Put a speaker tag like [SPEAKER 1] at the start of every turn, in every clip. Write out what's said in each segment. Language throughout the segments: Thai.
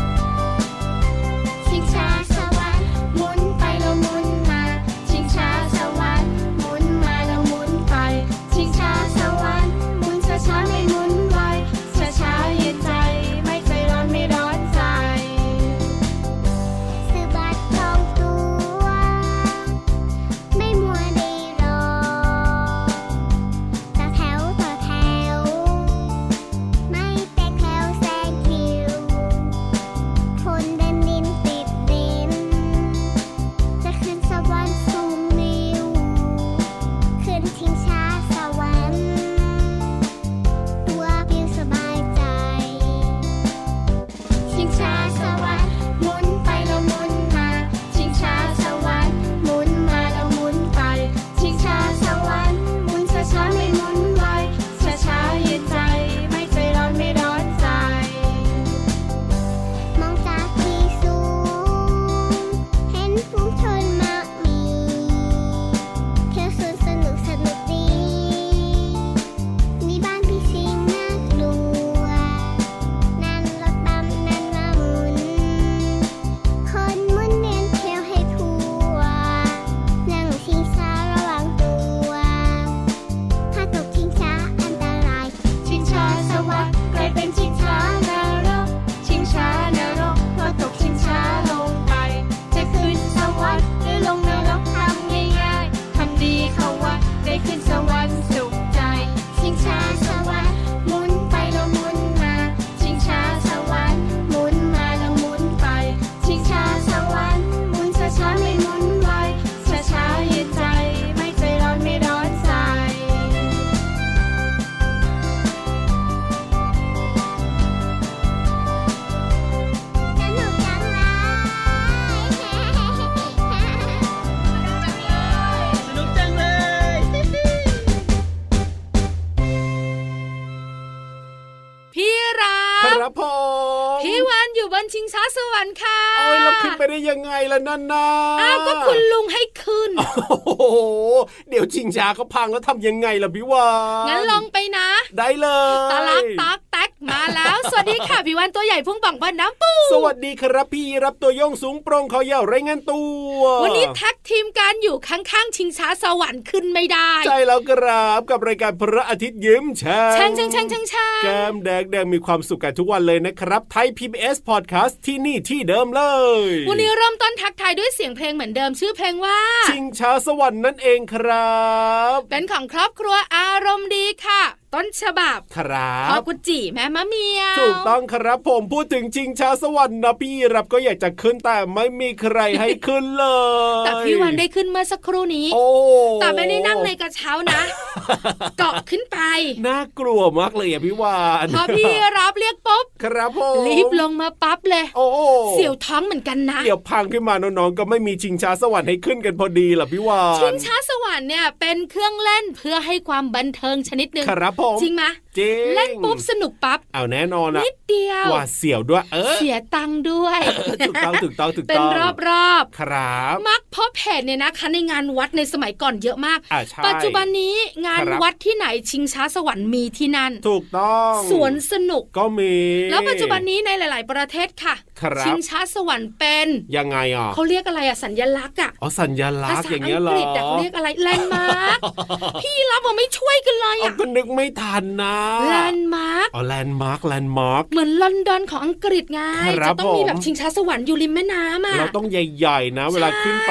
[SPEAKER 1] ชิงช้าสวรรค์หมุนไปแล้วหมุนมา ชิงช้าสวรรค์หมุนมาแล้วหมุนไป ชิงช้าสวรรค์หมุนช้าช้าๆไม่หมุนไวช้าช้าๆเย็นใจ ไม่ใจร้อนไม่ร้อนใจ
[SPEAKER 2] สะบัดทองตัว ไม่มัวได้รอต่อแถวต่อแถว ไม่เป็นแถวแซงคิว คนเดินดินติดดิน จะขึ้นสวรรค์สูงวิว ขึ้นทิ้งช้าสวรรค์ ตัวปิวสบายใจ
[SPEAKER 1] ชิงช้าสวรรค์หมุนไปแล้วหมุนมา ชิงช้าสวรรค์หมุนมาแล้วหมุนไป ชิงช้าสวรรค์หมุนช้าช้าๆไม่หมุนไวช้าช้าๆเย็นใจ ไม่ใจร้อนไม่ร้อนใจ
[SPEAKER 2] มองจากที่สูง เห็นฝูงชนมากมีเที่ยวสวนสนุกสนุกดี มีบ้านพี่ชิงน่ากลัว นั่นรถบัมนั่นมาหมุน คนหมุนเวียนเที่ยวให้ทั่ว นั่งชิงช้าระวังตัว ถ้าตกชิงช้าอันตราย
[SPEAKER 1] ชิงช้าสวรรค์กลายเป็นชิงช้านรก ชิงช้านรกพอตกชิงช้าลงไป จะขึ้นสวรรค์หรือลงนรกทำง่ายๆทำดีเข้าวัดได้ขึ้นสวรรค์สุขใจ ชิงช้าสวรรค์หมุนไปแล้วหมุนมา ชิงช้าสวรรค์หมุนมาแล้วหมุนไป ชิงช้าสวรรค์หมุนช้าๆไม่หมุนไวช้าๆเย็นใจ ไม่ใจร้อนไม่ร้อนใจ
[SPEAKER 2] สนุกจังเลย
[SPEAKER 3] สนุกจังเลย
[SPEAKER 4] พี่รั
[SPEAKER 5] ค
[SPEAKER 4] บ
[SPEAKER 5] รับผม
[SPEAKER 4] พี่วันอยู่บนชิงช้าสวรรค์ค่ะ
[SPEAKER 5] โอ้ยเราขึ้นไปได้ยังไงล่ะนั่นนะ
[SPEAKER 4] อ้าวก็คุณลุงให้ขึ้น
[SPEAKER 5] โอ้โหเดี๋ยวชิงช้าเขาพังแล้วทำยังไงล่ะพี่วาน
[SPEAKER 4] งั้นลองไปนะ
[SPEAKER 5] ได้เลย
[SPEAKER 4] ตาลักตักแตกมาแล้ว สวัสดีค่ะพี่วันตัวใหญ่พุ่งบังบานน้ำปู
[SPEAKER 5] สวัสดีครับพี่รับตัวโยงสูงโปร่งเขายาวไรายงานตัว
[SPEAKER 4] วันนี้แท็กทีมการอยู่ข้างๆชิงช้าสวรรค์ขึ้นไม่ได้
[SPEAKER 5] ใช่แล้วครับกับรายการพระอาทิตย์ยิ้มแฉ่
[SPEAKER 4] ช่างช่างช่างช่างช่าง
[SPEAKER 5] แก้มแดงแดงมีความสุขกันทุกวันเลยนะครับ ไทย PBS Podcast ที่นี่ที่เดิมเลย
[SPEAKER 4] วันนี้เริ่มต้นทักทายด้วยเสียงเพลงเหมือนเดิมชื่อเพลงว่า
[SPEAKER 5] ชิงช้าสวรรค์นั่นเองครับ
[SPEAKER 4] เป็นของครอบครัวอารมณ์ดีค่ะ ต้นฉบับ
[SPEAKER 5] ครับ
[SPEAKER 4] พ่อกุจิแม่มะเมียว
[SPEAKER 5] ถูกต้องครับผมพูดถึงชิงช้าสวรรค์นะพี่รับก็อยากจะขึ้นแต่ไม่มีใครให้ขึ้นเลย
[SPEAKER 4] แต่พี่วันได้ขึ้นเมื่อสักครู่นี้
[SPEAKER 5] โอ้
[SPEAKER 4] แต่ไม่ได้นั่งในกระเช้านะ เกาะขึ้นไป
[SPEAKER 5] น่ากลัวมากเลยอ่ะพี่วาน
[SPEAKER 4] พอพี่รับเรียกปุ๊บ
[SPEAKER 5] ครับผม
[SPEAKER 4] รีบลงมาปั๊บเลย
[SPEAKER 5] โอ้โอ้
[SPEAKER 4] เสียวท้องเหมือนกันนะ
[SPEAKER 5] เดี๋ยวพังขึ้นมาน้องๆก็ไม่มีชิงช้าสวรรค์ให้ขึ้นกันพอดีล่ะพี่วาน
[SPEAKER 4] ชิงช้าสวรรค์เนี่ยเป็นเครื่องเล่นเพื่อให้ความบันเทิงชนิดหนึ่ง
[SPEAKER 5] ครับผม
[SPEAKER 4] จริงไหมะ
[SPEAKER 5] จริง
[SPEAKER 4] เล่นปุ๊บสนุกปั๊บ
[SPEAKER 5] เอาแน่นอนอะ
[SPEAKER 4] นิดเดียว
[SPEAKER 5] หวาดเสียวด้วย เออ
[SPEAKER 4] เสียตังค์ด้วย
[SPEAKER 5] ถูกต้องถูกต้องถูก
[SPEAKER 4] เป็น
[SPEAKER 5] ต้อง
[SPEAKER 4] รอบๆ
[SPEAKER 5] ครับ
[SPEAKER 4] มักพบเห็นเนี่ยนะคะในงานวัดในสมัยก่อนเยอะมาก
[SPEAKER 5] อ่าใช่
[SPEAKER 4] ปัจจุบันนี้งาน
[SPEAKER 5] ครับ
[SPEAKER 4] วัดที่ไหนชิงช้าสวรรค์มีที่นั่น
[SPEAKER 5] ถูกต้อง
[SPEAKER 4] สวนสนุก
[SPEAKER 5] ก็มี
[SPEAKER 4] แล้วปัจจุบันนี้ในหลาย ๆ ประเทศค่ะ
[SPEAKER 5] ครับ
[SPEAKER 4] ชิงช้าสวรรค์เป็น
[SPEAKER 5] ยังไงอ่ะ
[SPEAKER 4] เขาเรียกอะไรอะสัญญลักษณ์อะ
[SPEAKER 5] อ๋อสัญญลั
[SPEAKER 4] ภาก
[SPEAKER 5] ษณ์
[SPEAKER 4] ษา
[SPEAKER 5] อย่าง
[SPEAKER 4] อั
[SPEAKER 5] เงี้ย
[SPEAKER 4] ง
[SPEAKER 5] เหร
[SPEAKER 4] ก
[SPEAKER 5] อ
[SPEAKER 4] ฤษอะเขาเรียกอะไรแลนด์มาร์ คพี่รับว่าไม่ช่วยกันเลย
[SPEAKER 5] เอา
[SPEAKER 4] อะ
[SPEAKER 5] ก็นึกไม่ทันนะ
[SPEAKER 4] แลนด์มาร์ค
[SPEAKER 5] อ๋อแลนด์มาร์คแลนด์มาร์ค
[SPEAKER 4] เหมือนลอนดอนของอังกฤษไง
[SPEAKER 5] ครั
[SPEAKER 4] จะ
[SPEAKER 5] บ
[SPEAKER 4] ต้องมี
[SPEAKER 5] ผม
[SPEAKER 4] แบบชิงช้าสวรรค์อยู่ริมแม่น้ำอะ
[SPEAKER 5] เราต้องใหญ่ๆนะ เวลา
[SPEAKER 4] ใช่
[SPEAKER 5] ขึ้นไป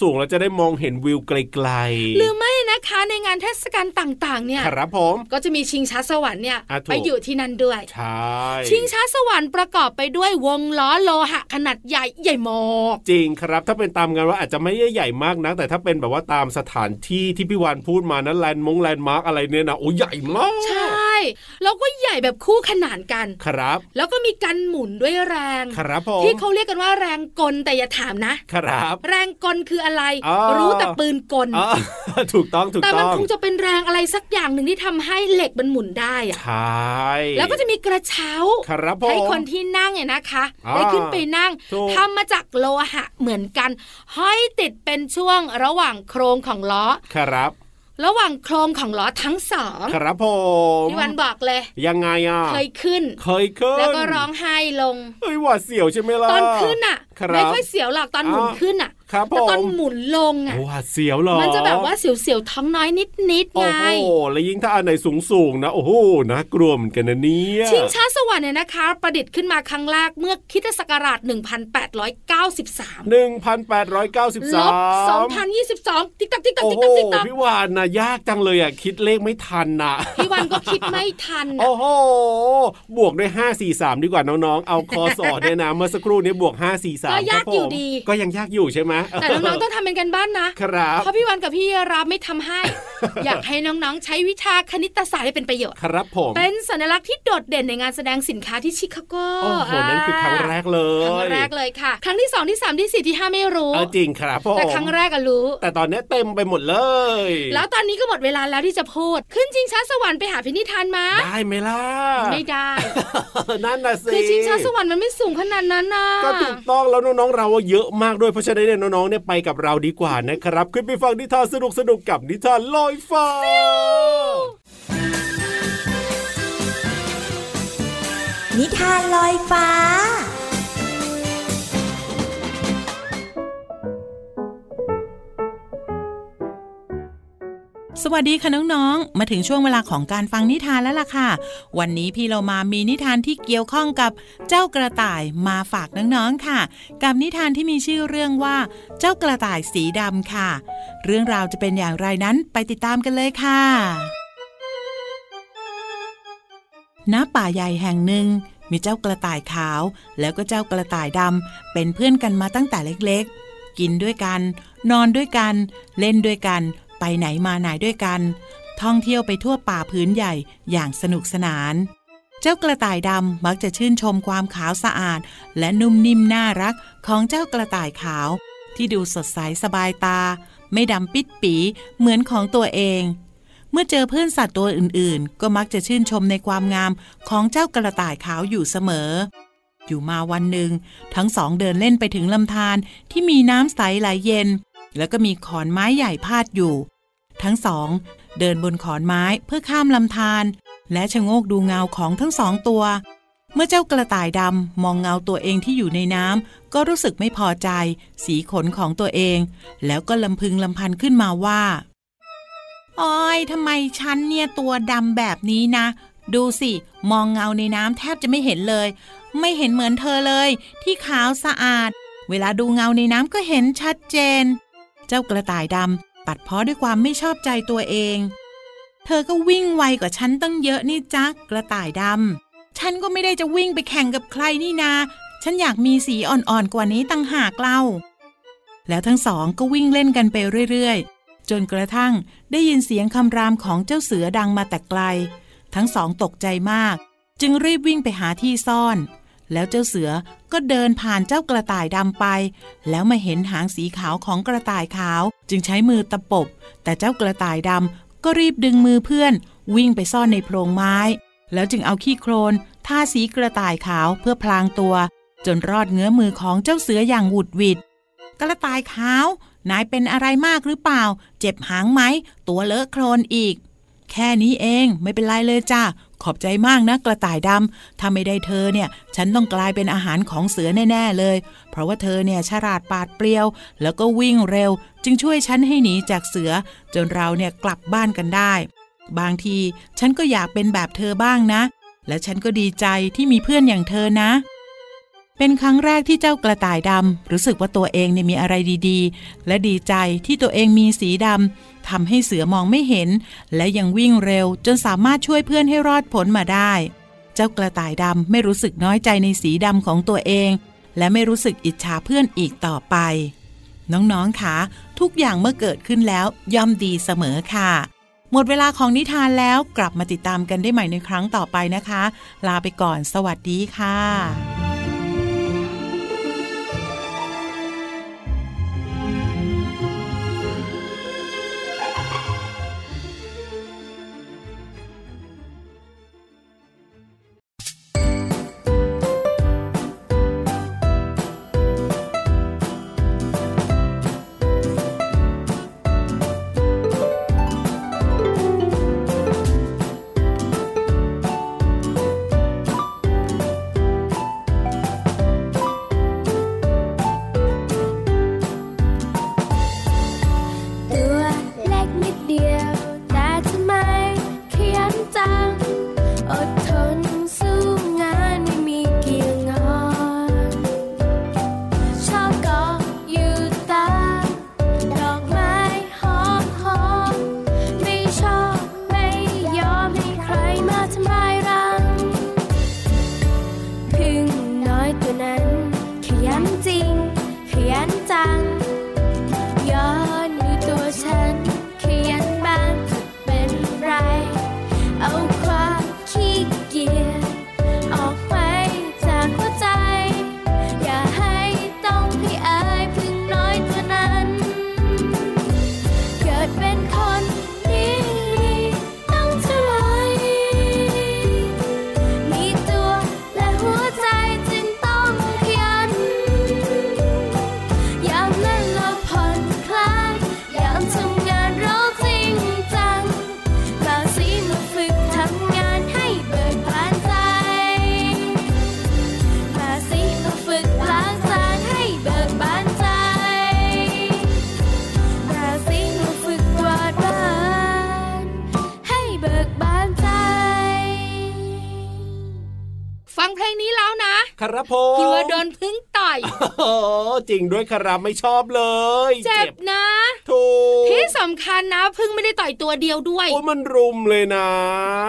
[SPEAKER 5] สูงๆเราจะได้มองเห็นวิวไกลๆ
[SPEAKER 4] หรือไม่นะคะในงานเทศกาลต่าง ๆ เนี่ย
[SPEAKER 5] ครับผม
[SPEAKER 4] ก็จะมีชิงช้าสวรรค์เนี่ย
[SPEAKER 5] อ่ะถูก
[SPEAKER 4] ไปอยู่ที่นั่นด้วย
[SPEAKER 5] ใช่
[SPEAKER 4] ชิงช้าสวรรค์ประกอบไปด้วยวงล้อโลหะขนาดใหญ่ใหญ่มอก
[SPEAKER 5] จริงครับ ถ้าเป็นตามงานว่าอาจจะไม่ได้ใหญ่มากนะแต่ถ้าเป็นแบบว่าตามสถานที่ที่พี่วานพูดมานั้นแลนด์มงแลนด์มาร์กอะไรเนี่ยนะโอ้ใหญ่มาก
[SPEAKER 4] ใช่ แล้วก็ใหญ่แบบคู่ขนานกัน
[SPEAKER 5] ครับ
[SPEAKER 4] แล้วก็มีการหมุนด้วยแรง
[SPEAKER 5] ครับผม
[SPEAKER 4] ที่เขาเรียกกันว่าแรงกลแต่อย่าถามนะ
[SPEAKER 5] ครับ
[SPEAKER 4] แรงกลคืออะไร
[SPEAKER 5] อ่ารู้
[SPEAKER 4] รู้แต่ปืนกล
[SPEAKER 5] อ่า ถูกต้องถูก
[SPEAKER 4] แต่มั
[SPEAKER 5] ต้
[SPEAKER 4] น
[SPEAKER 5] อง
[SPEAKER 4] คงจะเป็นแรงอะไรสักอย่างหนึ่งที่ทำให้เหล็กมันหมุนได้อะ
[SPEAKER 5] ใช่
[SPEAKER 4] แล้วก็จะมีกระเช้า
[SPEAKER 5] ครับผม
[SPEAKER 4] ให้คนที่นั่งเนี่ยนะคะ
[SPEAKER 5] อ่า
[SPEAKER 4] ได้ขึ้นไปนั่ง
[SPEAKER 5] ถูก
[SPEAKER 4] ทำมาจากโลหะเหมือนกัน ห้อยติดเป็นช่วงระหว่างโครงของล้อ
[SPEAKER 5] ครับ
[SPEAKER 4] ระหว่างโครงของล้อทั้งสอง
[SPEAKER 5] ครับผม
[SPEAKER 4] พี่วันบอกเลย
[SPEAKER 5] ยังไงอ่ะ
[SPEAKER 4] เคยขึ้น
[SPEAKER 5] เคยขึ้น
[SPEAKER 4] แล้วก็ร้องไห้ลง
[SPEAKER 5] เอ้ยหวาดเสียวใช่ไหมล่ะ
[SPEAKER 4] ตอนขึ้นอ่ะ
[SPEAKER 5] ครับ
[SPEAKER 4] ไม่ค่อยเสียวหรอกตอนหมุน
[SPEAKER 5] อ้าว
[SPEAKER 4] ขึ้นอ่ะ
[SPEAKER 5] ครับผ
[SPEAKER 4] แต่ตอน
[SPEAKER 5] ม
[SPEAKER 4] หมุนลงอ่ะ
[SPEAKER 5] หวาดเสียวเหรอ
[SPEAKER 4] มันจะแบบว่าเสียวๆท้องน้อยนิดๆ
[SPEAKER 5] โอ้
[SPEAKER 4] ไง
[SPEAKER 5] โหแล้วยิ่งถ้าอันไหนสูงสูงๆนะโอ้โหน่ากลัวเหมือนกันนะเนี่ย
[SPEAKER 4] ชิงช้าสวรรค์เนี่ยนะคะ ประดิษฐ์ขึ้นมาครั้งแรกเมื่อคริสตศักราช 1893
[SPEAKER 5] หนึ่งพันแปดร้อยเก้าสิบ
[SPEAKER 4] ล
[SPEAKER 5] สา
[SPEAKER 4] บ
[SPEAKER 5] ม
[SPEAKER 4] 2022 ติ๊กตักติ๊กตัก
[SPEAKER 5] โอ้
[SPEAKER 4] ติ๊ก
[SPEAKER 5] โห
[SPEAKER 4] ตักติ๊กตัก
[SPEAKER 5] พี่วานนะยากจังเลยอ่ะคิดเลขไม่ทันน่ะ
[SPEAKER 4] พี่วันก็คิดไม่ทันน่ะ
[SPEAKER 5] โอ้โห บวกด้วย 5 4 3 ดีกว่าน้องๆ เอาคอสอดเนี่ยนะ เมื่อสักครู่นี้บวก 5 4 3
[SPEAKER 4] ก็ยากอยู่ดี
[SPEAKER 5] ก็ยังยากอยู่ใช่ไหม
[SPEAKER 4] แต่น้องๆต้องทำเป็นกันบ้านนะครับ เพราะพี่วันกับพี่รับไม่ทำให้ อยากให้น้องๆ ใช้วิชาคณิตศาสตร์ให้เป็นประโยชน์
[SPEAKER 5] ครับผม
[SPEAKER 4] เป็นสัญลักษณ์ที่โดดเด่นในงานแสดงสินค้าที่ชิคาโก
[SPEAKER 5] โอ้โห นั่นคือครั้งแรกเล
[SPEAKER 4] ครั้ง
[SPEAKER 5] ย
[SPEAKER 4] แรกเลยค่ะ ครั้งที่สองที่สามที่สี่ที่ห้าไม่รู้
[SPEAKER 5] เออจริงครับผม
[SPEAKER 4] แต่ครั้งแรกก็รู้
[SPEAKER 5] แต่ตอนเนี้ยเต็มไปหมดเลย
[SPEAKER 4] แล้วตอนนี้ก็หมดเวลาแล้วที่จะพูด ขึ้นชิงช้าสวรรค์ไปหาพินิธานมา
[SPEAKER 5] ได้ไหมล่ะ
[SPEAKER 4] ไม่ได้
[SPEAKER 5] นั่นน่ะสิ
[SPEAKER 4] คือชิงช้าสวรรค์มันไม่สูงขนาดนั้นนะ
[SPEAKER 5] ก็ถูกต้องแล้วน้องๆ เราเยอะมากด้วย เพราะฉะนั้นเนี่ยน้องๆ เนี่ยไปกับเราดีกว่านะครับ ขึ้นไปฟังนิทานสนุกๆ กับนิทานลอยฟ้า
[SPEAKER 6] นิทานลอยฟ้า
[SPEAKER 7] สวัสดีค่ะน้องๆ มาถึงช่วงเวลาของการฟังนิทานแล้วล่ะค่ะ วันนี้พี่เรามามีนิทานที่เกี่ยวข้องกับเจ้ากระต่ายมาฝากน้องๆค่ะ กับนิทานที่มีชื่อเรื่องว่า เจ้ากระต่ายสีดำค่ะ เรื่องราวจะเป็นอย่างไรนั้นไปติดตามกันเลยค่ะ ณ ป่าใหญ่แห่งหนึ่ง มีเจ้ากระต่ายขาว แล้วก็เจ้ากระต่ายดำเป็นเพื่อนกันมาตั้งแต่เล็กๆ กินด้วยกัน นอนด้วยกัน เล่นด้วยกัน ไปไหนมาไหนด้วยกัน ท่องเที่ยวไปทั่วป่าพื้นใหญ่อย่างสนุกสนาน เจ้ากระต่ายดำมักจะชื่นชมความขาวสะอาด และนุ่มนิ่มน่ารักของเจ้ากระต่ายขาว ที่ดูสดใสสบายตา ไม่ดำปิดปีเหมือนของตัวเอง เมื่อเจอเพื่อนสัตว์ตัวอื่นๆ ก็มักจะชื่นชมในความงามของเจ้ากระต่ายขาวอยู่เสมอ อยู่มาวันหนึ่ง ทั้งสองเดินเล่นไปถึงลำธารที่มีน้ำใสไหลเย็น แล้วก็มีขอนไม้ใหญ่พาดอยู่ ทั้งสองเดินบนขอนไม้เพื่อข้ามลำธารและชะโงกดูเงาของทั้งสองตัว เมื่อเจ้ากระต่ายดำมองเงาตัวเองที่อยู่ในน้ำก็รู้สึกไม่พอใจ สีขนของตัวเอง แล้วก็ลำพึงลำพันขึ้นมาว่าโอ้ยทำไมฉันเนี่ยตัวดำแบบนี้นะ ดูสิ มองเงาในน้ำแทบจะไม่เห็นเลย ไม่เห็นเหมือนเธอเลย ที่ขาวสะอาด เวลาดูเงาในน้ำก็เห็นชัดเจน เจ้ากระต่ายดำตัดเพ้อด้วยความไม่ชอบใจตัวเอง เธอก็วิ่งไวกว่าฉันตั้งเยอะนี่จ๊ะกระต่ายดำฉันก็ไม่ได้จะวิ่งไปแข่งกับใครนี่นา ฉันอยากมีสีอ่อนๆกว่านี้ตั้งหากเล่า แล้วทั้งสองก็วิ่งเล่นกันไปเรื่อยๆ จนกระทั่งได้ยินเสียงคำรามของเจ้าเสือดังมาแต่ไกล ทั้งสองตกใจมาก จึงรีบวิ่งไปหาที่ซ่อน แล้วเจ้าเสือก็เดินผ่านเจ้ากระต่ายดำไป แล้วมาเห็นหางสีขาวของกระต่ายขาว จึงใช้มือตะปบ แต่เจ้ากระต่ายดำก็รีบดึงมือเพื่อน วิ่งไปซ่อนในโพรงไม้ แล้วจึงเอาขี้โคลนทาสีกระต่ายขาวเพื่อพลางตัว จนรอดเงื้อมือของเจ้าเสืออย่างหวุดหวิด กระต่ายขาว นายเป็นอะไรมากหรือเปล่า เจ็บหางไหม ตัวเลอะโคลนอีก แค่นี้เองไม่เป็นไรเลยจ้าขอบใจมากนะกระต่ายดำถ้าไม่ได้เธอเนี่ย ฉันต้องกลายเป็นอาหารของเสือแน่ ๆ เลย เพราะว่าเธอเนี่ยฉลาดปาดเปรียว แล้วก็วิ่งเร็ว จึงช่วยฉันให้หนีจากเสือ จนเราเนี่ยกลับบ้านกันได้ บางทีฉันก็อยากเป็นแบบเธอบ้างนะ และฉันก็ดีใจที่มีเพื่อนอย่างเธอนะ เป็นครั้งแรกที่เจ้ากระต่ายดำรู้สึกว่าตัวเองเนี่ยมีอะไรดีๆ และดีใจที่ตัวเองมีสีดำทำให้เสือมองไม่เห็น และยังวิ่งเร็วจนสามารถช่วยเพื่อนให้รอดพ้นมาได้ เจ้ากระต่ายดำไม่รู้สึกน้อยใจในสีดำของตัวเอง และไม่รู้สึกอิจฉาเพื่อนอีกต่อไป น้องๆคะทุกอย่างเมื่อเกิดขึ้นแล้วย่อมดีเสมอค่ะ หมดเวลาของนิทานแล้วกลับมาติดตามกันได้ใหม่ในครั้งต่อไปนะคะ ลาไปก่อนสวัสดีค่ะ
[SPEAKER 8] ตัวเล็กนิดเดียว แต่ทำไมขยันจัง อดทนสู้งานไม่มีเกี่ยงงอนชอบเกาะอยู่ตามดอกไม้หอมหอมไม่ชอบไม่ยอมให้ใครมาทำลายรัง พึ่งน้อยตัวนั้น ขยันจริง ขยันจัง ย้อนอยู่ตัวฉันขยันบ้างจะเป็นไร เอาความขี้เกียจออกไปจากหัวใจ อย่าให้ต้องให้อายพึ่งน้อยตัวนั้น เกิดเป็นคนดีต้องเท่าไหรมีตัวและหัวใจจึงต้องขยัน ยามเล่นละผ่อนคลายยามทำงานเราจริงจังมาสีมาฝึกทำงานให้เบิกบานใจ มาสีมาฝึกล้างจานให้เบิกบานใจ มาสีมาฝึกกวาดบ้านให้เบิกบานใจ
[SPEAKER 4] ฟังเพลงนี้แล้วนะครับ
[SPEAKER 5] ผม
[SPEAKER 4] กลัวโดนพึ่งต่อย
[SPEAKER 5] โอ้โหจริงด้วยครับไม่ชอบเลย
[SPEAKER 4] เจ็บนะ
[SPEAKER 5] ถูก
[SPEAKER 4] ที่สำคัญนะพึ่งไม่ได้ต่อยตัวเดียวด้วย
[SPEAKER 5] โอ้มันรุมเลยนะ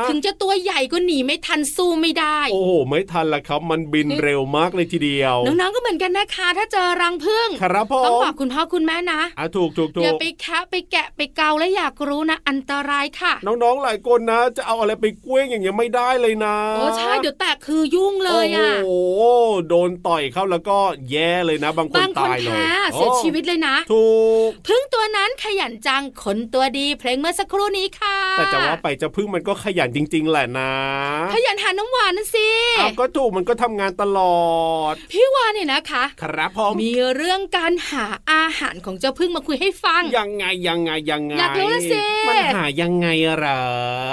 [SPEAKER 4] ถึงจะตัวใหญ่ก็หนีไม่ทันสู้ไม่ได้
[SPEAKER 5] โอ้โห ไม่ทันละครับ มันบินเร็วมากเลยทีเดียว
[SPEAKER 4] น้องๆก็เหมือนกันนะคะ ถ้าเจอรังพึ่ง
[SPEAKER 5] ครับผม
[SPEAKER 4] ต้องบอกคุณพ่อคุณแม่นะ
[SPEAKER 5] อ่ะถูกถูกถู
[SPEAKER 4] อย่าก ไปแคะไปแกะไปเกาและอยากรู้นะ อันตรายค่ะ
[SPEAKER 5] น้องๆหลายคนนะ จะเอาอะไรไปเกล้งอย่างเงี้ยไม่ได้เลยนะ
[SPEAKER 4] โอ้ใช่เดี๋ยวแตกคือยุ่งเลยอ่ะ
[SPEAKER 5] โอ้โหโดนต่อยเข้าแล้วก็แย่เลยนะ บางคน
[SPEAKER 4] บางคน
[SPEAKER 5] ตายเลย
[SPEAKER 4] แพ้เสียชีวิตเลยนะ
[SPEAKER 5] โอ้ถูก
[SPEAKER 4] พึ่งตัวนั้นขยันจังขนตัวดีเพลงเมื่อสักครู่นี้ค่ะ
[SPEAKER 5] แต่จะว่าไปเจะพึ่งมันก็ขยันจริง ๆ แหละนะ
[SPEAKER 4] ขยันหาน้ำหวานนั่นสิ
[SPEAKER 5] เอาก็ถูกมันก็ทำงานตลอด
[SPEAKER 4] พี่วานเนี่ยนะคะ
[SPEAKER 5] ครับผม
[SPEAKER 4] มีเรื่องการหาอาหารของเจ้าพึ่งมาคุยให้ฟัง
[SPEAKER 5] ยังไงยังไงยังไง
[SPEAKER 4] อยากรู้ละสิ
[SPEAKER 5] มันหายังไงเหรอ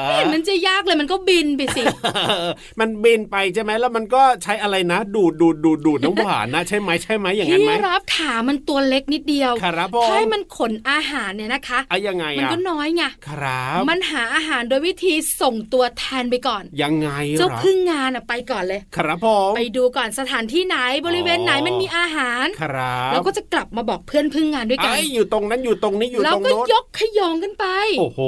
[SPEAKER 4] ไม่เห็นมันจะยากเลยมันก็บินไปสิ
[SPEAKER 5] เออ มันบินไปใช่ไหมแล้วมันก็ใช้อะไรนะ ดูดดูดดูดดูดน้ำหวานนะใช่ไหมใช่ไหมอย่างนั้น
[SPEAKER 4] พี่
[SPEAKER 5] ไหม
[SPEAKER 4] รับขามันตัวเล็กนิดเดียว
[SPEAKER 5] ครับผม
[SPEAKER 4] ถ้าให้มันขนอาหารเนี่ยนะคะ
[SPEAKER 5] อะยังไง
[SPEAKER 4] มัน
[SPEAKER 5] อะ
[SPEAKER 4] ก็น้อยไง
[SPEAKER 5] ครับ
[SPEAKER 4] มันหาอาหารโดยวิธีส่งตัวแทนไปก่อน
[SPEAKER 5] ยังไง
[SPEAKER 4] เจ้า
[SPEAKER 5] หรอ
[SPEAKER 4] พึ่งงานอะไปก่อนเลย
[SPEAKER 5] ครับผม
[SPEAKER 4] ไปดูก่อนสถานที่ไหนบริเวณไหน
[SPEAKER 5] อ๋อ
[SPEAKER 4] มันมีอาหาร
[SPEAKER 5] ครับ
[SPEAKER 4] แล้วก็จะกลับมาบอกเพื่อนพึ่งงานด้วยกัน
[SPEAKER 5] ไอ้ยอยู่ตรงนั้นอยู่ตรงนี้อยู่
[SPEAKER 4] แล้ว
[SPEAKER 5] ตรง
[SPEAKER 4] ก็
[SPEAKER 5] โน้น
[SPEAKER 4] ยกขยองกันไป
[SPEAKER 5] โอ้โห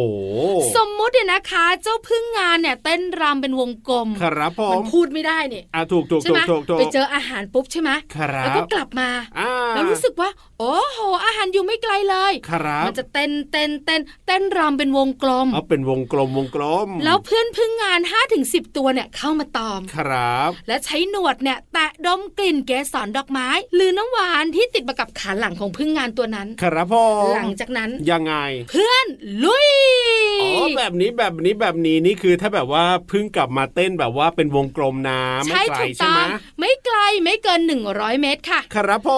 [SPEAKER 4] สมมุติเนี่ยนะคะ เจ้าพึ่งงานเนี่ยเต้นรำเป็นวงกลม
[SPEAKER 5] ครับผ
[SPEAKER 4] มั
[SPEAKER 5] ม
[SPEAKER 4] นพูดไม่ได้เนี่ย
[SPEAKER 5] อ่ะถูกถูก
[SPEAKER 4] ใช่
[SPEAKER 5] ถู
[SPEAKER 4] ไหม
[SPEAKER 5] กถูกถูก
[SPEAKER 4] ไปเจออาหารปุ๊บใช่ไหม
[SPEAKER 5] ครั
[SPEAKER 4] แล้วก็
[SPEAKER 5] บ
[SPEAKER 4] กลับมา
[SPEAKER 5] อ่า
[SPEAKER 4] แล้วรู้สึกว่า โอ้โห อาหารอยู่ไม่ไกลเลย
[SPEAKER 5] ครับ
[SPEAKER 4] มันจะเต้นเต้นเต้นเต้นรำเป็นวงกลม
[SPEAKER 5] เอาเป็นวงกลมวงกลม
[SPEAKER 4] แล้วเพื่อนพึ่งงาน 5-10 ตัวเนี่ยเข้ามาตอม
[SPEAKER 5] ครับ
[SPEAKER 4] และใช้หนวดเนี่ยแตะดมกลิ่นเกสรดอกไม้ หรือน้ำหวานที่ติดมากับขาหลังของพึ่งงานตัวนั้น
[SPEAKER 5] ครับผม
[SPEAKER 4] หลังจากนั้น
[SPEAKER 5] ยังไง
[SPEAKER 4] เพื่อนลุย
[SPEAKER 5] อ๋อแบบนี้แบบนี้แบบนี้นี่คือถ้าแบบว่าเพิ่งกลับมาเต้นแบบว่าเป็นวงกลมนะไม่
[SPEAKER 4] ใช่
[SPEAKER 5] ไกล
[SPEAKER 4] ถูก
[SPEAKER 5] ใช่
[SPEAKER 4] ต้อ
[SPEAKER 5] ไหม
[SPEAKER 4] งไม่ไกลไม่เกิน 100 เมตรค่ะ
[SPEAKER 5] ครับผ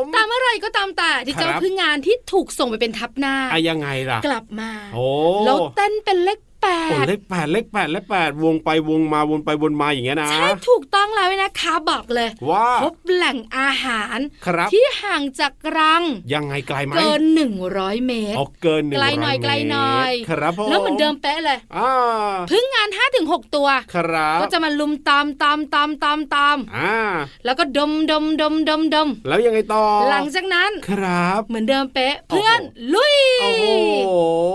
[SPEAKER 5] ม
[SPEAKER 4] ตามอะไรก็ตามแต่ที่เจ้า
[SPEAKER 5] ครับ
[SPEAKER 4] พึ่งงานที่ถูกส่งไปเป็นทับหน้า
[SPEAKER 5] อะยังไงล่ะ
[SPEAKER 4] กลับมา
[SPEAKER 5] โอ้
[SPEAKER 4] แล้วเต้นเป็นเลขแป
[SPEAKER 5] โอ้
[SPEAKER 4] ด
[SPEAKER 5] เลขแปดเลขแปดเลขแปดวงไปวงมาวนไปวนมาอย่างเงี้ยนะ
[SPEAKER 4] ใช่ถูกต้องแล้วนะคะบอกเลย
[SPEAKER 5] ว่า
[SPEAKER 4] พบแหล่งอาหาร
[SPEAKER 5] ครับ
[SPEAKER 4] ที่ห่างจากรัง
[SPEAKER 5] ยังไงไกลไหม
[SPEAKER 4] เกิน 100 เมตร
[SPEAKER 5] อ๋อเกินหนึ่ง
[SPEAKER 4] ไกลหน่อย
[SPEAKER 5] ร้
[SPEAKER 4] ไกลหน่อย
[SPEAKER 5] เมตรครับผม
[SPEAKER 4] แล้วเหมือนเดิมเป๊ะเลย
[SPEAKER 5] อ่า
[SPEAKER 4] พึ่งงาน 5-6 ตัว
[SPEAKER 5] ครับ
[SPEAKER 4] ก็จะมาลุมตามตามตามตามตาม
[SPEAKER 5] อ่า
[SPEAKER 4] แล้วก็ดมดมดมดมดม
[SPEAKER 5] แล้วยังไงต่อ
[SPEAKER 4] หลังจากนั้น
[SPEAKER 5] ครับ
[SPEAKER 4] เหมือนเดิมเป๊ะ เพื่อน
[SPEAKER 5] โอ้โห
[SPEAKER 4] ลุย
[SPEAKER 5] โอ้โห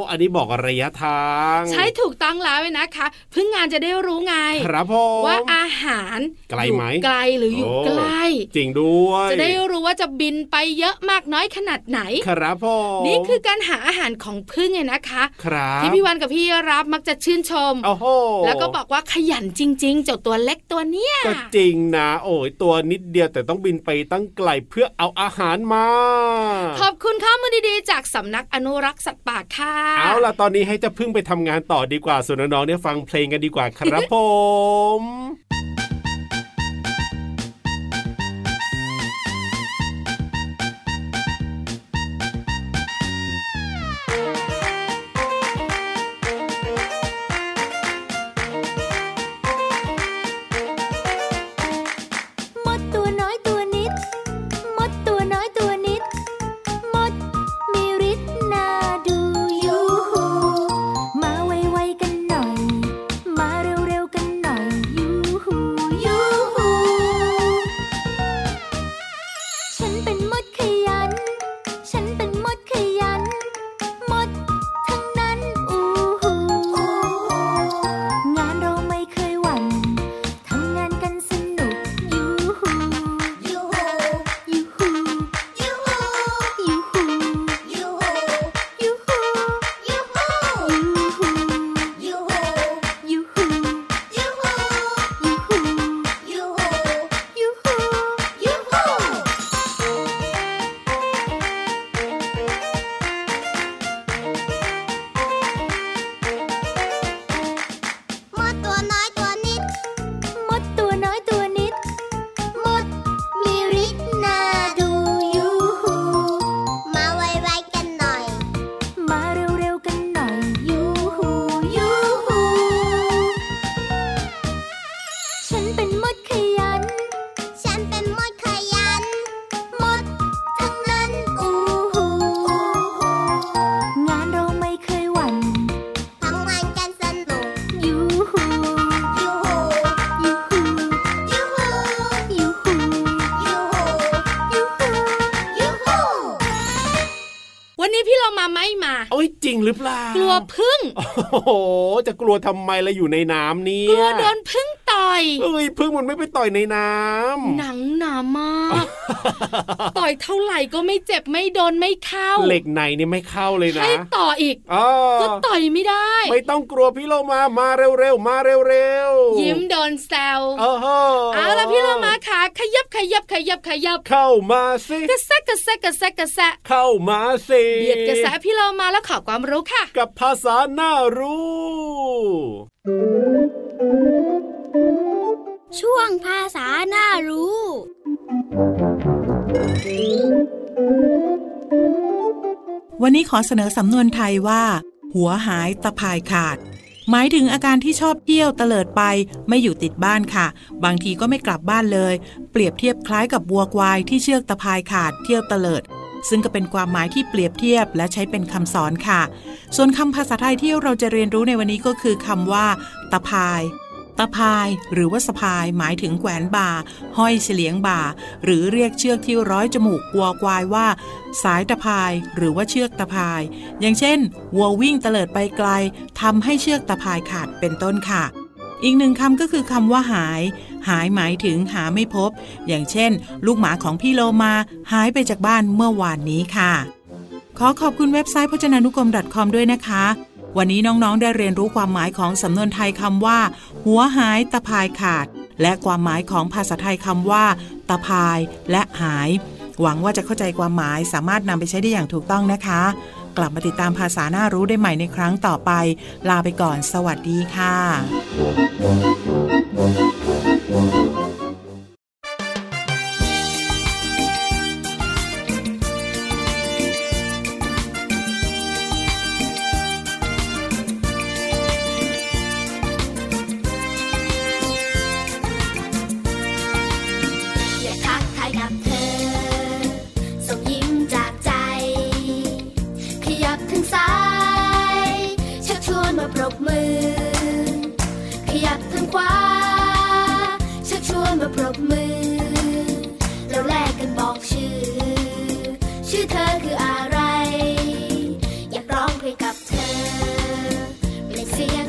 [SPEAKER 5] อันนี้บอกระยะทาง
[SPEAKER 4] ใช่ ถูกต้องแล้วเลยนะคะ เพึ่งงานจะได้รู้ไง
[SPEAKER 5] ครับผม
[SPEAKER 4] ว่าอาหาร
[SPEAKER 5] ไกลไหม
[SPEAKER 4] อยู่ไกลหรืออยู่
[SPEAKER 5] โ
[SPEAKER 4] ใกล้
[SPEAKER 5] จริงด้วย
[SPEAKER 4] จะได้รู้ว่าจะบินไปเยอะมากน้อยขนาดไหน
[SPEAKER 5] ครับผม
[SPEAKER 4] นี่คือการหาอาหารของพึ่งไงนะคะ
[SPEAKER 5] ครับ
[SPEAKER 4] ที่พี่วันกับพี่รับมักจะชื่นชม
[SPEAKER 5] โอ้โห
[SPEAKER 4] แล้วก็บอกว่าขยันจริง ๆ เจ้าตัวเล็กตัวเนี้ย
[SPEAKER 5] ก็จริงนะ โอ้ยตัวนิดเดียวแต่ต้องบินไปตั้งไกลเพื่อเอาอาหารมา
[SPEAKER 4] ขอบคุณข้อมูลดีๆ จากสำนักอนุรักษ์สัตว์ป่าค่ะ
[SPEAKER 5] เอาล่ะตอนนี้ให้เจะพึ่งไปทำงานต่อดีกว่าส่วนน้องๆเนี่ยฟังเพลงกันดีกว่าครับผม
[SPEAKER 6] มดตัวน้อยตัวนิด มดตัวน้อยตัวนิด มดมีฤทธิ์น่าดูยูหูมาไวๆกันหน่อย มาเร็วๆกันหน่อยยูหูยูหูฉันเป็นมดขยัน ฉันเป็นมดขยัน มดทั้งนั้นอูหูงานเราไม่เคยหวั่น ทำงานกันสนุกยูฮูยูฮูยูฮูยูฮูยูฮูยูฮูยูฮูยูฮูยูฮูยูฮูยูฮูยูฮูยูฮูยูฮูยูฮูยูฮู
[SPEAKER 2] มดตัวน้อยตัวนิด
[SPEAKER 6] มดตัวน้อยตัวนิด มด
[SPEAKER 2] มีฤทธิ์น่าดูยูหูมาไวๆกันหน่อย
[SPEAKER 6] มาเร็วๆกันหน่อยยูฮูยูฮู ฉันเป็นมดขยัน
[SPEAKER 2] ฉันเป็นมดขยัน
[SPEAKER 6] มดทั้งนั้นอู้หูงานเราไม่เคยหวั่น
[SPEAKER 2] ทำงานกันสนุก
[SPEAKER 6] ยูหู
[SPEAKER 2] ยูหู
[SPEAKER 6] ยูหู
[SPEAKER 2] ยูหู
[SPEAKER 6] ยู
[SPEAKER 2] ยู
[SPEAKER 6] หู
[SPEAKER 2] หู
[SPEAKER 6] ยูหู
[SPEAKER 2] ยูหู
[SPEAKER 4] วันนี้พี่เรามาไม่มา
[SPEAKER 5] โอ้ยจริงหรือเปล่าก
[SPEAKER 4] ลัวพึ่ง
[SPEAKER 5] โอ้โหจะกลัวทำไมล่ะอยู่ในน้ำเนี่ย
[SPEAKER 4] กลัวโดนพึ่งต่อย
[SPEAKER 5] เอ้ยพึ่งมันไม่ไปต่อยในน้ำ
[SPEAKER 4] หนังหนามาก ต่อยเท่าไหร่ก็ไม่เจ็บไม่โดนไม่เข้า
[SPEAKER 5] เหล็กในนี่ไม่เข้าเลยนะ
[SPEAKER 4] ให้ต่ออีก
[SPEAKER 5] อ๋อ
[SPEAKER 4] ก็ต่อยไม่ได้
[SPEAKER 5] ไม่ต้องกลัวพี่โลมา มาเร็วๆ มาเร็วๆ
[SPEAKER 4] ยิ้มโดนแซว
[SPEAKER 5] โอ้โห
[SPEAKER 4] เอาละพี่เรามาค่ะขยับขยับขยับขยับ
[SPEAKER 5] เข้ามาสิ
[SPEAKER 4] กระแซะกระแซะกระแซะกระแซะ
[SPEAKER 5] เข้ามาสิ
[SPEAKER 4] เบียดกระแซะพี่เรามาแล้วขอความรู้ค่ะ
[SPEAKER 5] กับภาษาน่ารู้
[SPEAKER 2] ช่วงภาษาน่ารู้
[SPEAKER 7] วันนี้ขอเสนอสำนวนไทยว่า หัวหายตะพายขาด หมายถึงอาการที่ชอบเที่ยวเตลิดไปไม่อยู่ติดบ้านค่ะ บางทีก็ไม่กลับบ้านเลย เปรียบเทียบคล้ายกับวัวควายที่เชือกตะพายขาดเที่ยวเตลิด ซึ่งก็เป็นความหมายที่เปรียบเทียบและใช้เป็นคำสอนค่ะ ส่วนคำภาษาไทยที่เราจะเรียนรู้ในวันนี้ก็คือคำว่า ตะพาย ตะพายหรือว่าสะพายหมายถึงแขวนบ่า ห้อยเฉลียงบ่า หรือเรียกเชือกที่ร้อยจมูกวัวควายว่า สายตะพายหรือว่าเชือกตะพาย อย่างเช่นวัววิ่งเตลิดไปไกลทำให้เชือกตะพายขาดเป็นต้นค่ะ อีกหนึ่งคำก็คือคำว่าหาย หายหมายถึงหาไม่พบ อย่างเช่น ลูกหมาของพี่โลมาหายไปจากบ้านเมื่อวานนี้ค่ะ ขอขอบคุณเว็บไซต์พจนานุกรม .com ด้วยนะคะ วันนี้น้องๆ ได้เรียนรู้ความหมายของสำนวนไทยคำว่า หัวหายตะพายขาด และความหมายของภาษาไทยคำว่า ตะพายและหาย หวังว่าจะเข้าใจความหมายสามารถนำไปใช้ได้อย่างถูกต้องนะคะ กลับมาติดตามภาษาหน้ารู้ได้ใหม่ในครั้งต่อไป ลาไปก่อน สวัสดีค่ะ
[SPEAKER 6] อยากทักทายกับเธอ ส่งยิ้มจากใจ ขยับทางซ้ายชักชวนมาปรบมือ ขยับทางขวาชักชวนมาปรบมือ เราแลกกันบอกชื่อ ชื่อเธอคืออะไร อยากร้องเพลงกับเธอ เปล่งเสียง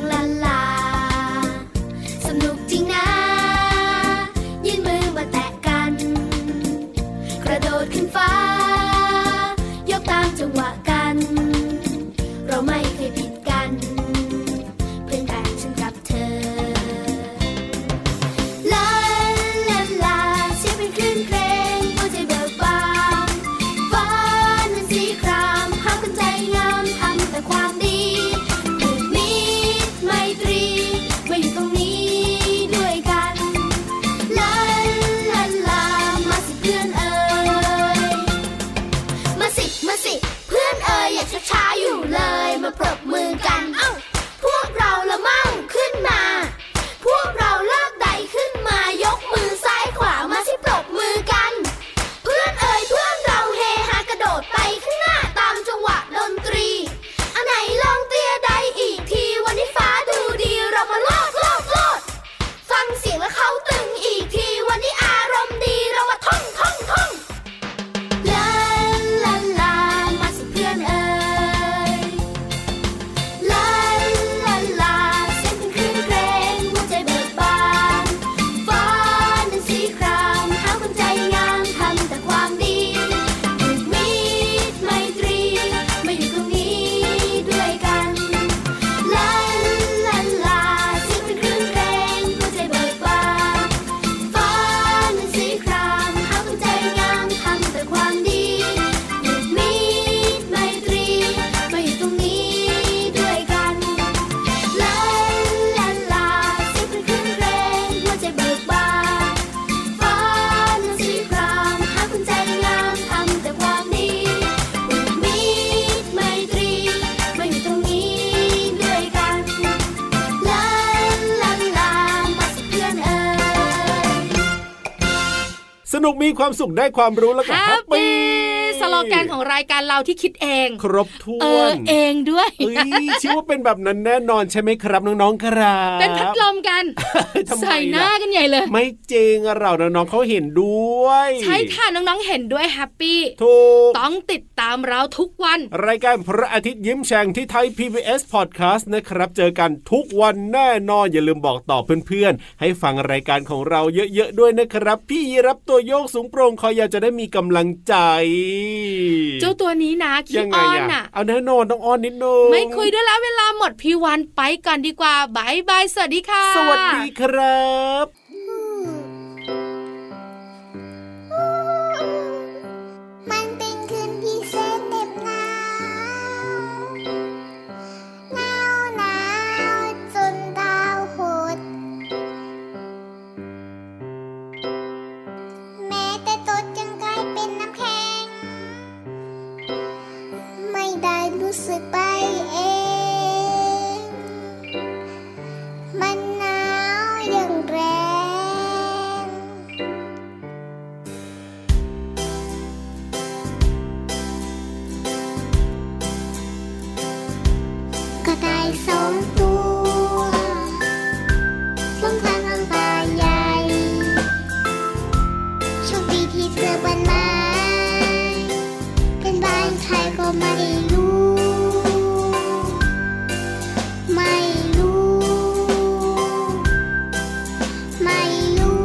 [SPEAKER 5] นุกมีความสุขได้ความรู้แล้วก็
[SPEAKER 4] แฮ
[SPEAKER 5] แฮ
[SPEAKER 4] ป
[SPEAKER 5] ปปี้
[SPEAKER 4] ปี้สโลแกนของรายการเราที่คิดเอง
[SPEAKER 5] ครบถ้
[SPEAKER 4] เอ
[SPEAKER 5] ว
[SPEAKER 4] อนเองด้วย
[SPEAKER 5] เอ้ยชื่อว่าเป็นแบบนั้นแน่นอนใช่ไหมครับน้องๆครับ
[SPEAKER 4] เป็นพัดลมกัน
[SPEAKER 5] ทำไมล่ะ
[SPEAKER 4] ใส่หน้ากันใหญ่เลย
[SPEAKER 5] ไม่จริงอะเราน้องๆเขาเห็นด้วย
[SPEAKER 4] ใช่ค่ะน้องๆเห็นด้วยแฮปปี้
[SPEAKER 5] ถูก
[SPEAKER 4] ต้องติดตามเราทุกวัน
[SPEAKER 5] รายการพระอาทิตย์ยิ้มแฉ่งที่ไทย PBS Podcast นะครับ เจอกันทุกวันแน่นอน อย่าลืมบอกต่อเพื่อนๆ ให้ฟังรายการของเราเยอะๆ ด้วยนะครับ พี่รับตัวโยกสูงโปร่งคอยาวจะได้มีกำลังใจ
[SPEAKER 4] เจ้าตัวนี้นะขี้
[SPEAKER 5] ยังไง
[SPEAKER 4] อ้อน
[SPEAKER 5] อ่ะ
[SPEAKER 4] อ่ะ
[SPEAKER 5] เอาแน่นอนต้องอ้อนนิดนึง
[SPEAKER 4] ไม่คุยด้วยแล้วเวลาหมดพี่วันไปก่อนดีกว่าบายบายสวัสดีค่ะ
[SPEAKER 5] สวัสดีครับ
[SPEAKER 2] มันเป็นคืนพิเศษเหน็บหนาวหนาวหนาวจนดาวหด แม้แต่ตดยังกลายเป็นน้ำแข็ง ไม่ได้รู้สึกไปเอง มันหนาวอย่างแรง กระต่ายสองตัวลงทางลงตาใหญ่โชคดีที่เธอเป็นไม้เป็นบ้านใครก็ไม่รู้ ไม่รู้ ไม่รู้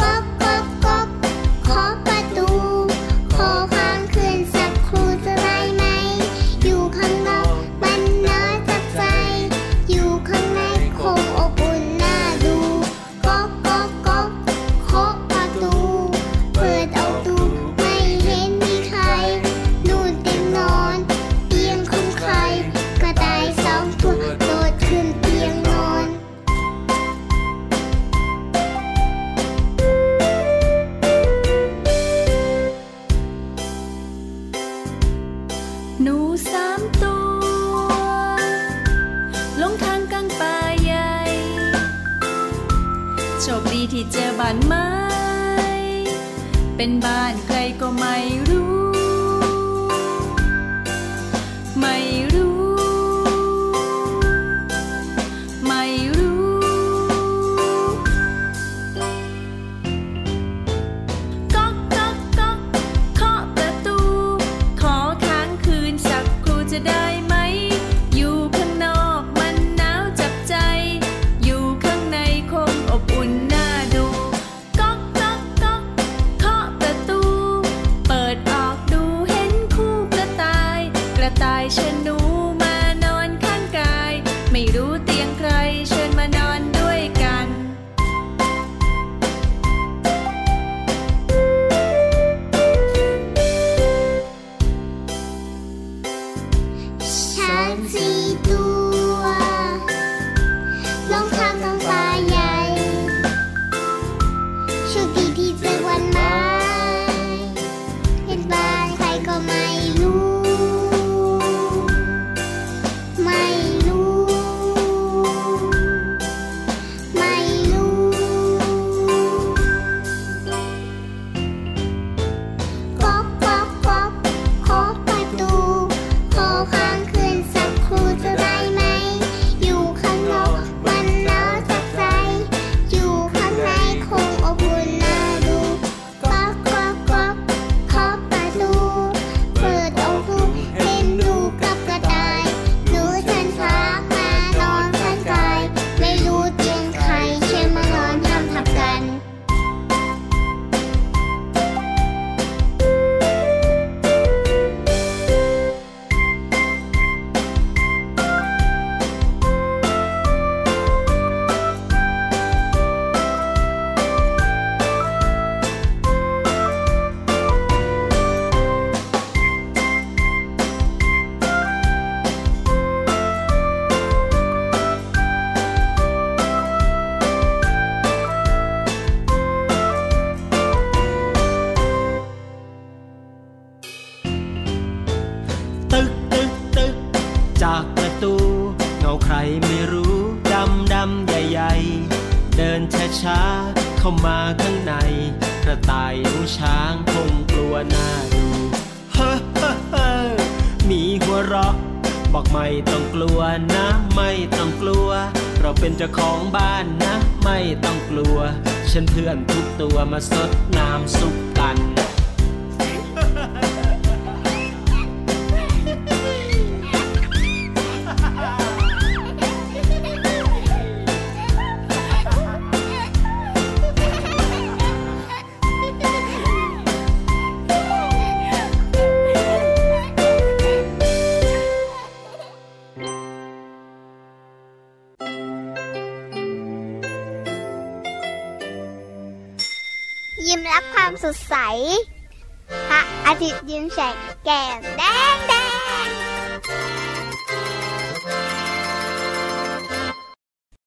[SPEAKER 2] ก๊อกก๊อกก๊อกขอประตู ขอความคืนสักครู่จะได้ไหม อยู่ข้างนอกมันน่าจับใจ อยู่ข้างในคงอบอุ่นน่าดูก๊อกก๊อกก๊อกขอประตู เปิดเอาดูไม่เห็นมีใคร นู่นเตียงนอนเตียงของใคร กระต่ายสองตัวโดดขึ้นเตียงนอน
[SPEAKER 9] หนูสามตัวหลงทางกลางป่าใหญ่โชคดีที่เจอบ้านไม้ เป็นบ้านใครก็ไม่รู้ ไม่รู้ ไม่รู้ ก๊อกก๊อกก๊อกเคาะประตู ขอค้างคืนสักครู่จะได้ไหม อยู่ข้างนอกมันหนาวจับใจ อยู่ข้างในคงอบอุ่นน่าดู ก๊อกก๊อกก๊อกเคาะประตู เปิดออกดูเห็นคู่กระต่าย กระต่ายเชิญหนูมานอนข้างกาย ไม่รู้เตียงใครเชิญมานอนด้วยกัน
[SPEAKER 2] ช้างสี่ตัวลงทางน้องปลาใหญ่โชคดีที่เจอวันไม้เป็นบ้านใครก็ไม่รู้ ไม่รู้ ไม่รู้ ก๊อกก๊อกก๊อกขอประตู ขอค้างคืนสักครู่จะได้ไหม อยู่ข้างนอกมันหนาวจับใจ อยู่ข้างในคงอบอุ่นน่าดูก๊อกก๊อกก๊อกขอประตู เปิดเอาดูเห็นดูกับกระต่ายหนูเชิญฟ้ามานอนข้างกาย ไม่รู้เตียงใครเชิญมานอนห้ามทับกัน
[SPEAKER 3] ตึกตึกตึกจากประตู เงาใครไม่รู้ ดำด ำใหญ่ๆ เดินช้าๆ เข้ามาข้างใน กระต่ายหนูช้างคงกลัวหน้าดู เฮ้อเฮ้อเฮ้อมีหัวเราะ บอกไม่ต้องกลัวนะ ไม่ต้องกลัว เราเป็นเจ้าของบ้านนะ ไม่ต้องกลัว ฉันเพื่อนทุกตัวมาสดน้ำซุปกัน
[SPEAKER 2] ยิ้มรับความสดใส พระอาทิตย์ยิ้มแฉกแก้มแดงแด